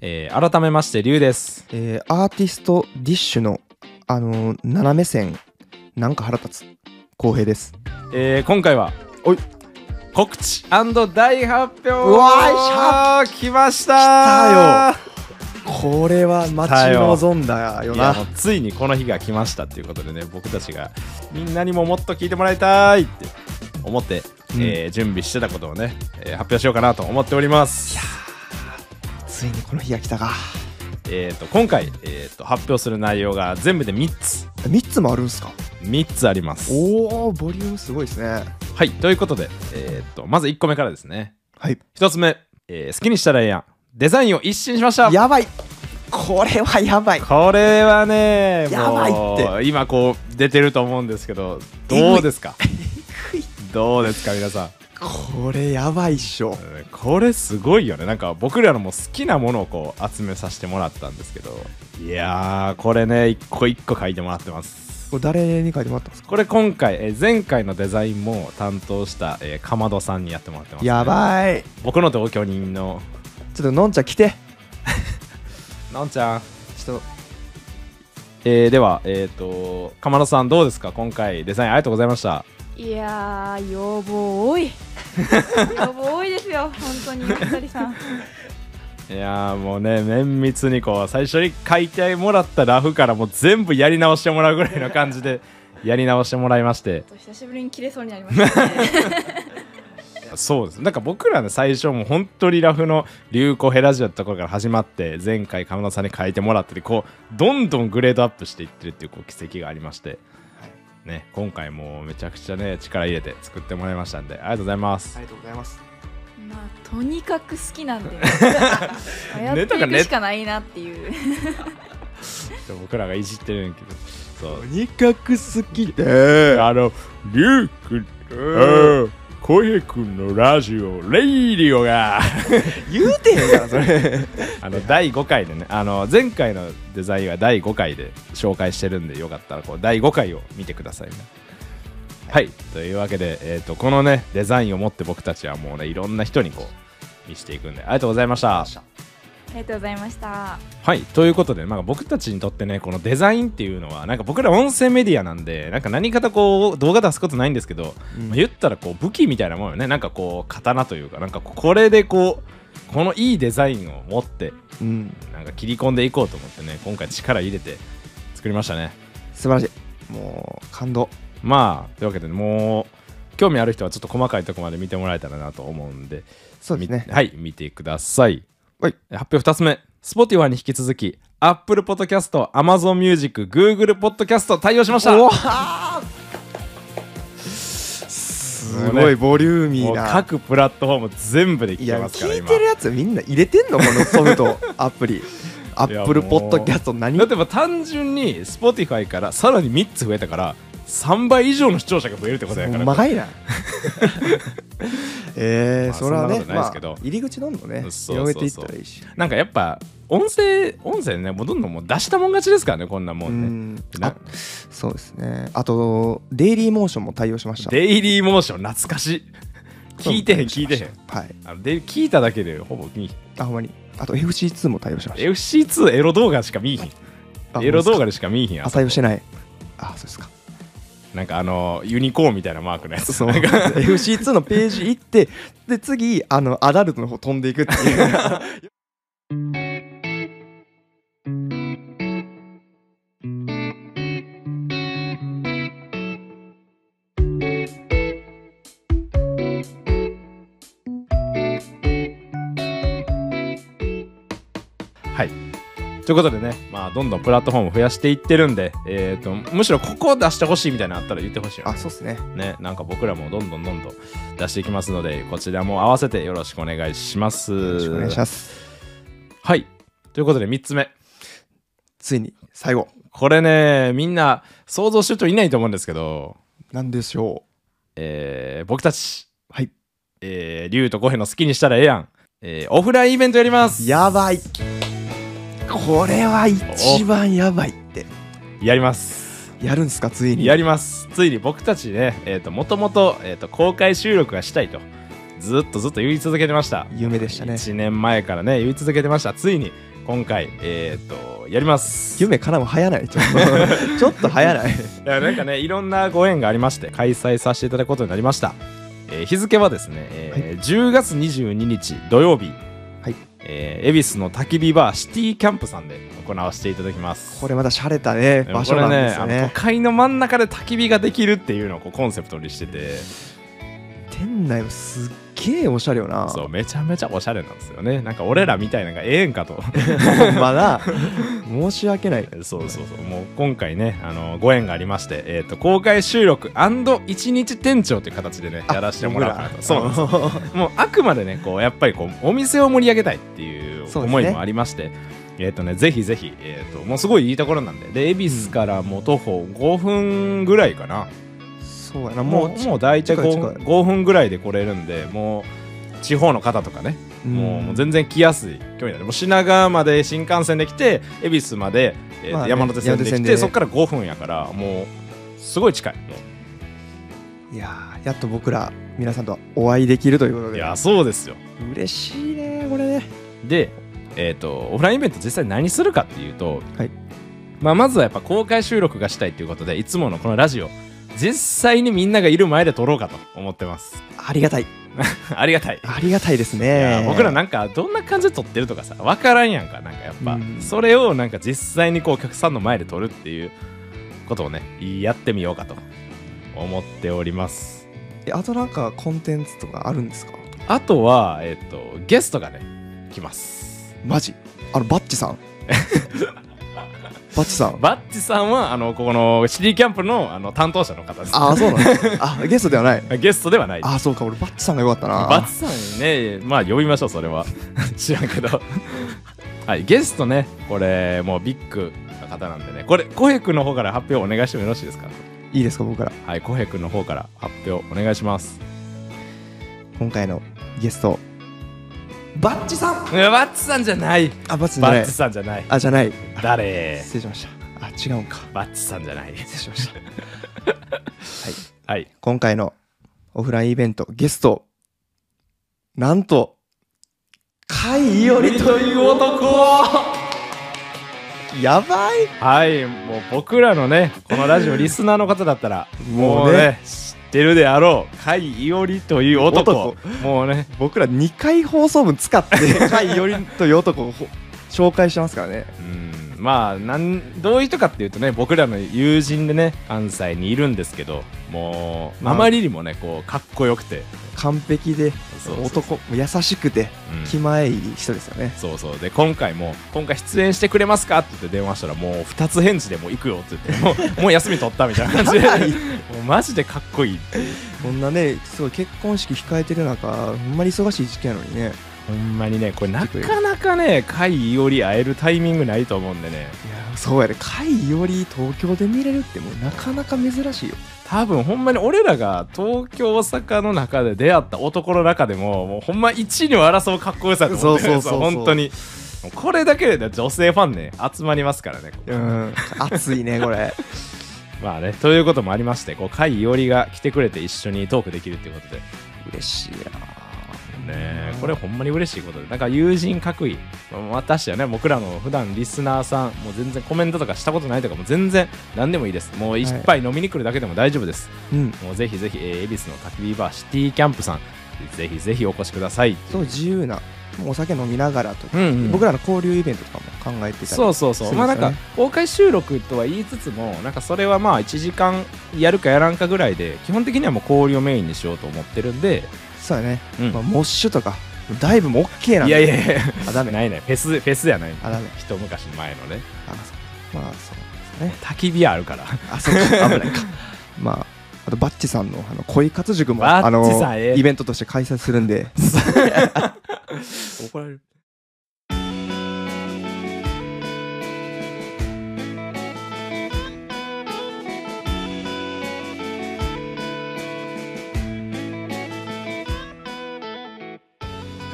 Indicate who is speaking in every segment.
Speaker 1: えー改めましてリュウです
Speaker 2: えーアーティストディッシュの、あのー斜め線なんか腹立つ浩平です
Speaker 1: えー今回は
Speaker 2: おい
Speaker 1: 告知大発表
Speaker 2: うわ
Speaker 1: いしゃ来ました
Speaker 2: 来これは待
Speaker 1: 来た
Speaker 2: ち
Speaker 1: よ
Speaker 2: 望んだよ
Speaker 1: いや
Speaker 2: な
Speaker 1: もうついにこの日が来ましたっていうことでね僕たちがみんなにももっと聞いてもらいたいって思って、
Speaker 2: うん
Speaker 1: えー準備してたことをね、えー発表しようかなと思っております
Speaker 2: ついにこの日が来たか
Speaker 1: えー、と今回、えー、と発表する内容が全部で3つ
Speaker 2: 3つもあるんすか
Speaker 1: 3つあります
Speaker 2: おおボリュームすごいですね
Speaker 1: はいということで、えー、とまず1個目からですね
Speaker 2: はい
Speaker 1: 1つ目、えー好きにしたらええやんデザインを一新しました
Speaker 2: やばいこれはやばい
Speaker 1: これはね
Speaker 2: やばいって
Speaker 1: もう今こう出てると思うんですけどどうですか
Speaker 2: ぐい
Speaker 1: どうですか皆さん
Speaker 2: これやばいっしょ
Speaker 1: うんこれすごいよねなんか僕らのもう好きなものをこう集めさせてもらったんですけどいやーこれね一個一個書いてもらってます
Speaker 2: これ誰に書いてもらったんですか
Speaker 1: これ今回えー前回のデザインも担当したえーかまどさんにやってもらってます、
Speaker 2: やばい
Speaker 1: 僕の同居人の
Speaker 2: ちょっとのんちゃん来て
Speaker 1: のんちゃん
Speaker 2: ちょっと
Speaker 1: えーではえっ、とかまどさんどうですか今回デザインありがとうございました
Speaker 3: いやー、要望多い。要望多いですよ、本当に、お二人さん。
Speaker 1: いやーもうね綿密にこう最初に書いてもらったラフからもう全部やり直してもらうぐらいの感じで やり直してもらいまして
Speaker 3: 久しぶりに切れそうになりましたね。
Speaker 1: そうですなんか僕らね最初もう本当にラフの流行ヘラジオのところから始まって前回神田さんに書いてもらったりこうどんどんグレードアップしていってるっていうこう奇跡がありまして、ね、今回もうめちゃくちゃね力入れて作ってもらいましたんでありがとうございます、
Speaker 2: ありがとうございます
Speaker 3: まあ、とにかく好きなんで。やっ
Speaker 1: ネタが
Speaker 3: てい
Speaker 1: ね
Speaker 3: くしかないなっていう。
Speaker 1: 僕らがいじってるんやけどそう
Speaker 2: とにかく好きで
Speaker 1: あの、りゅうくん、
Speaker 2: う
Speaker 1: こへくんのラジオ、レイリオが、
Speaker 2: 言うてへんからそれ
Speaker 1: あの、第5回でね、あの、前回のデザインは第5回で紹介してるんで、よかったら、こう、第5回を見てくださいね。はい、というわけで、えっ、と、このね、デザインを持って僕たちはもうね、いろんな人にこう、見せていくんで、ありがとうございました。
Speaker 3: ありがとうございました。
Speaker 1: はいということで、まあ、僕たちにとってねこのデザインっていうのはなんか僕ら音声メディアなんでなんか何かとこう動画出すことないんですけど、
Speaker 2: うん
Speaker 1: まあ言ったらこう武器みたいなもんよねなんかこう刀というかなんかこれでこうこのいいデザインを持って
Speaker 2: うん
Speaker 1: なんか切り込んでいこうと思ってね今回力入れて作りましたね
Speaker 2: 素晴らしいもう感動
Speaker 1: まあというわけでもう興味ある人はちょっと細かいとこまで見てもらえたらなと思うんで
Speaker 2: そうですね
Speaker 1: みはい見てください
Speaker 2: はい
Speaker 1: 発表2つ目 Spotify に引き続き Apple Podcast、Amazon Music、Google Podcast 対応しました
Speaker 2: お
Speaker 1: も
Speaker 2: わ
Speaker 1: う
Speaker 2: すごいボリューミーな
Speaker 1: 各プラットフォーム全部で
Speaker 2: い
Speaker 1: 聞け
Speaker 2: や
Speaker 1: ますから
Speaker 2: 聞い
Speaker 1: 今
Speaker 2: てるやつみんな入れてんのこのソ フトアプリアップルポッドキャスト何
Speaker 1: だってもう単純に Spotify からさらに3つ増えたから3倍以上の視聴者が増えるってことやから
Speaker 2: ほんまかいな え
Speaker 1: まあ
Speaker 2: ーそれ
Speaker 1: そ
Speaker 2: はね
Speaker 1: んなことないで
Speaker 2: ますあ
Speaker 1: けど
Speaker 2: 入り口どんどんね
Speaker 1: そうそうそう
Speaker 2: 広げていったらいいし
Speaker 1: なんかやっぱ音声音声ねもうどんどんもう出したもん勝ちですからねこんなも
Speaker 2: うん
Speaker 1: ね、
Speaker 2: ん
Speaker 1: な
Speaker 2: あそうですねあとデイリーモーションも対応しました
Speaker 1: デイリーモーション懐かし い聞いてへん聞いてへん
Speaker 2: はい
Speaker 1: あので聞いただけでほぼ見ひん
Speaker 2: あほんまにあと FC2 も対応しました
Speaker 1: FC2 エロ動画しか見いひん
Speaker 2: あ
Speaker 1: エロ動画でしか見いひん
Speaker 2: あ対応して
Speaker 1: ない
Speaker 2: ないあそうですか
Speaker 1: なんかあのユニコーンみたいなマークのやつ
Speaker 2: そう FC2 のページ行ってで次あのアダルトの方飛んでいくっていう
Speaker 1: はいということでね、まあ、どんどんプラットフォーム増やしていってるんで、えー、とむしろここ出してほしいみたいなのあったら言ってほしいよ
Speaker 2: あ
Speaker 1: ね
Speaker 2: そうですね
Speaker 1: ねなんか僕らもどんどんどんどん出していきますのでこちらも合わせてよろしくお願いします
Speaker 2: よろしくお願いします
Speaker 1: はいということで3つ目
Speaker 2: ついに最後
Speaker 1: これねみんな想像してる人いないと思うんですけど
Speaker 2: なんでしょ
Speaker 1: えー僕たち、
Speaker 2: はい
Speaker 1: えー、竜とコヘの好きにしたらええやん、えーオフラインイベントやります
Speaker 2: うやばいこれは一番やばいって
Speaker 1: やります
Speaker 2: やるんすかつい に
Speaker 1: やりますついに僕たちね、えー、ともともと,、えー、と公開収録がしたいとずっとずっと言い続けてました
Speaker 2: 夢でしたね
Speaker 1: 1年前からね言い続けてましたついに今回、えー、っと、やります。い
Speaker 2: 夢からも早ないちょ っとちょっと早ない
Speaker 1: や、なんかね、いろんなご縁がありまして、開催させていただくことになりました。えー日付はですね、えー10月22日土曜日、
Speaker 2: はい
Speaker 1: えー恵比寿の焚き火バーシティキャンプさんで行わせていただきます。
Speaker 2: これまた洒落たね場所なんですよ
Speaker 1: これあの
Speaker 2: ね
Speaker 1: 都会の真ん中で焚き火ができるっていうのをこうコンセプトにしてて
Speaker 2: 店内もすっげえおしゃれよな
Speaker 1: そうめちゃめちゃおしゃれなんですよねなんか俺らみたいなのがええんか と
Speaker 2: まだ申し訳ない
Speaker 1: そうそうそうもう今回ねあのご縁がありまして、えー、と公開収録一日店長という形でねやらせてもらおうかなとそうなん です
Speaker 2: う
Speaker 1: もうあくまでねこうやっぱりこうお店を盛り上げたいっていう
Speaker 2: そうですね
Speaker 1: 思いもありまして、えっ、とねぜひぜひ、えー、ともうすごいいいところなんでで恵比寿からもう徒歩5分ぐらいかな、
Speaker 2: そうやな
Speaker 1: も
Speaker 2: も
Speaker 1: うもう大体
Speaker 2: 近い
Speaker 1: 5,
Speaker 2: 近
Speaker 1: 5分ぐらいで来れるんでもう地方の方とかね、
Speaker 2: う
Speaker 1: もうもう
Speaker 2: 然
Speaker 1: 全然来やすい距離なのでもう品川まで新幹線で来て恵比寿まで、えー
Speaker 2: まあね
Speaker 1: 山手線で来
Speaker 2: 山手
Speaker 1: て
Speaker 2: 線でね
Speaker 1: そこから5分やからもうすごい近いも
Speaker 2: いやーやっと僕ら皆さんとお会いできるということ
Speaker 1: うい
Speaker 2: で
Speaker 1: やそうですよ
Speaker 2: 嬉しいねこれね
Speaker 1: で、えー、とオフラインイベント実際何するかっていうと、
Speaker 2: はい
Speaker 1: まあ、まずはやっぱ公開収録がしたいということでいつものこのラジオ実際にみんながいる前で撮ろうかと思ってます
Speaker 2: ありがたい
Speaker 1: ありがたい
Speaker 2: ありがたいです
Speaker 1: いや
Speaker 2: ね
Speaker 1: 僕らなんかどんな感じで撮ってるとかさ分からんやんかなんかやっぱ、
Speaker 2: うん
Speaker 1: それをなんか実際にこうお客さんの前で撮るっていうことをねやってみようかと思っております
Speaker 2: えあとなんかコンテンツとかあるんですか
Speaker 1: あとはえっ、とゲストがね来ます
Speaker 2: マジあのバッ チさんバッチさん
Speaker 1: バッチさんはあのここのシティキャンプのあの担当者の方です
Speaker 2: ああそうなんだあゲストではない
Speaker 1: ゲストではない
Speaker 2: ああそうか俺バッチさんがよかったな
Speaker 1: バッチさんにねまあ呼びましょうそれは 知らんけどはいゲストねこれもうビッグな方なんでねこれコヘ君の方から発表お願いしてもよろしいですか
Speaker 2: いいですか僕から
Speaker 1: はい、浩平君の方から発表お願いします。
Speaker 2: 今回のゲストバッチさん
Speaker 1: バッチさんじゃない。
Speaker 2: あバッチさんじゃ
Speaker 1: バ
Speaker 2: ない
Speaker 1: ッチさんじゃない。
Speaker 2: あじゃない
Speaker 1: 誰
Speaker 2: 失礼しましたあ違うんか
Speaker 1: バッチさんじゃない。
Speaker 2: 失礼しましたはい
Speaker 1: はい。
Speaker 2: 今回のオフラインイベントゲストなんと甲斐よりという
Speaker 1: 男
Speaker 2: やばい
Speaker 1: はい、もう僕らのね、このラジオリスナーの方だったら、も
Speaker 2: も
Speaker 1: う
Speaker 2: うね
Speaker 1: ね、知ってるであろう、甲斐いおりという男。もうね、
Speaker 2: 僕ら2回放送分使 って甲斐よりという男をほ紹介してますからね
Speaker 1: うんまあなんどういう人かっていうとね僕らの友人でね関西にいるんですけどもう
Speaker 2: まあ
Speaker 1: あまりにもねこうかっこよくて
Speaker 2: 完璧で
Speaker 1: そうそう
Speaker 2: 男優しくて
Speaker 1: うん
Speaker 2: 気前いい人ですよ ね
Speaker 1: そうそうで今回も今回出演してくれますかって言って電話したらもう2つ返事でもう行くよって言ってもう もう休み取ったみたいな感じで
Speaker 2: やばい
Speaker 1: もうマジでかっこいい
Speaker 2: こんなねすごい結婚式控えてる中ほんまに忙しい時期なのにね
Speaker 1: ほんまにねこれなかなかね甲斐いおり会えるタイミングないと思うんでね
Speaker 2: いやそうやで甲斐より東京で見れるってもうなかなか珍しいよ
Speaker 1: 多分ほんまに俺らが東京大阪の中で出会った男の中でももうほんま1位を争うかっこよさと思ってるんですよ
Speaker 2: そうそうそうそう
Speaker 1: 本当にもうこれだけで女性ファンね集まりますからね
Speaker 2: うん熱いねこれ
Speaker 1: まあねということもありましてこう甲斐いおりが来てくれて一緒にトークできるっていうことで
Speaker 2: 嬉しいな
Speaker 1: ねえこれほんまに嬉しいことでなんか友人各位私はね僕らの普段リスナーさんもう全然コメントとかしたことないとかも全然何でもいいですもう一杯飲みに来るだけでも大丈夫です、
Speaker 2: うん
Speaker 1: もうぜひぜひ、えー恵比寿の焚き火バーシティキャンプさんぜひぜひお越しください
Speaker 2: そう自由なもうお酒飲みながらとか、
Speaker 1: うんうん
Speaker 2: 僕らの交流イベントとかも考えてたり
Speaker 1: そうそうそう
Speaker 2: そうですね
Speaker 1: まあなんか公開収録とは言いつつもなんかそれはまあ1時間やるかやらんかぐらいで基本的にはもう交流をメインにしようと思ってるんで、
Speaker 2: そうやね、
Speaker 1: うん
Speaker 2: まあ、モッシュとかダイブも OK なん
Speaker 1: い
Speaker 2: で
Speaker 1: やいやいや
Speaker 2: あダメ
Speaker 1: ないないフェスフェスやない
Speaker 2: あダメ
Speaker 1: 一昔前のね
Speaker 2: あそうまあそうですね
Speaker 1: 焚き火あるから
Speaker 2: あそうか危ないか まああとバッチさんのあの恋活塾も
Speaker 1: バ
Speaker 2: あ
Speaker 1: ッチさん
Speaker 2: の
Speaker 1: ええ
Speaker 2: イベントとして開催する んで
Speaker 1: 怒られる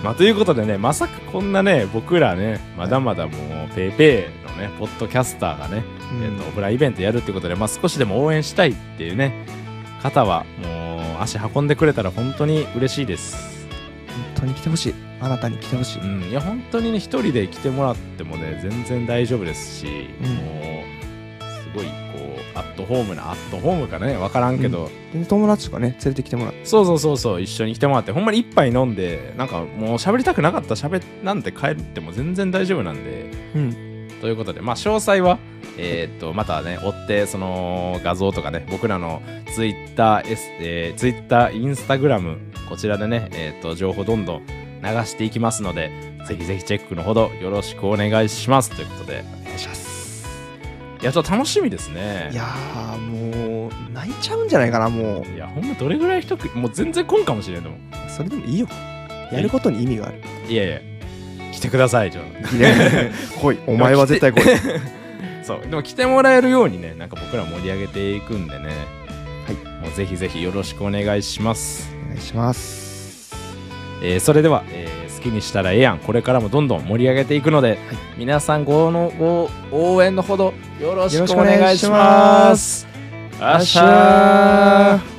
Speaker 1: まあ、ということでね、まさかこんなね、僕らね、まだまだもう、ペーペーのね、ポッドキャスターがね、
Speaker 2: うん
Speaker 1: えーとオフラインイベントやるってことで、まあ、少しでも応援したいっていうね、方は、もう、足運んでくれたら本当に嬉しいです。
Speaker 2: 本当に来てほしいあなたに来てほしい、
Speaker 1: うん、いや本当にね一人で来てもらってもね全然大丈夫ですし、
Speaker 2: うん
Speaker 1: もうすごいこうアットホームなアットホームかね分からんけど、
Speaker 2: で友達とかね連れてきてもらって
Speaker 1: そうそうそうそう一緒に来てもらってほんまに一杯飲んでなんかもう喋りたくなかったら喋なんて帰っても全然大丈夫なんで
Speaker 2: うん
Speaker 1: ということでまあ詳細はえーっとまたね追ってその画像とかね僕らのツイッター、S えー、ツイッターインスタグラムこちらでねえーっと情報どんどん流していきますのでぜひぜひチェックのほどよろしくお願いしますということで
Speaker 2: お願いします
Speaker 1: いやちょっと楽しみですね
Speaker 2: いやーもう泣いちゃうんじゃないかなもう
Speaker 1: いやほんまどれぐらい人くもう全然来んかもしれんと思う
Speaker 2: それでもいいよやることに意味がある
Speaker 1: いやいや来てくださいちょっと
Speaker 2: ね 来いお前は絶 対来い
Speaker 1: そうでも来てもらえるようにねなんか僕ら盛り上げていくんでね
Speaker 2: はい
Speaker 1: もうぜひぜひよろしくお願いします、
Speaker 2: お願いします
Speaker 1: えーそれでは、えー好きにしたらええやんこれからもどんどん盛り上げていくので、皆さんごのご応援のほどよろしくお願いします
Speaker 2: よろしくお願
Speaker 1: あ
Speaker 2: いします
Speaker 1: っしゃー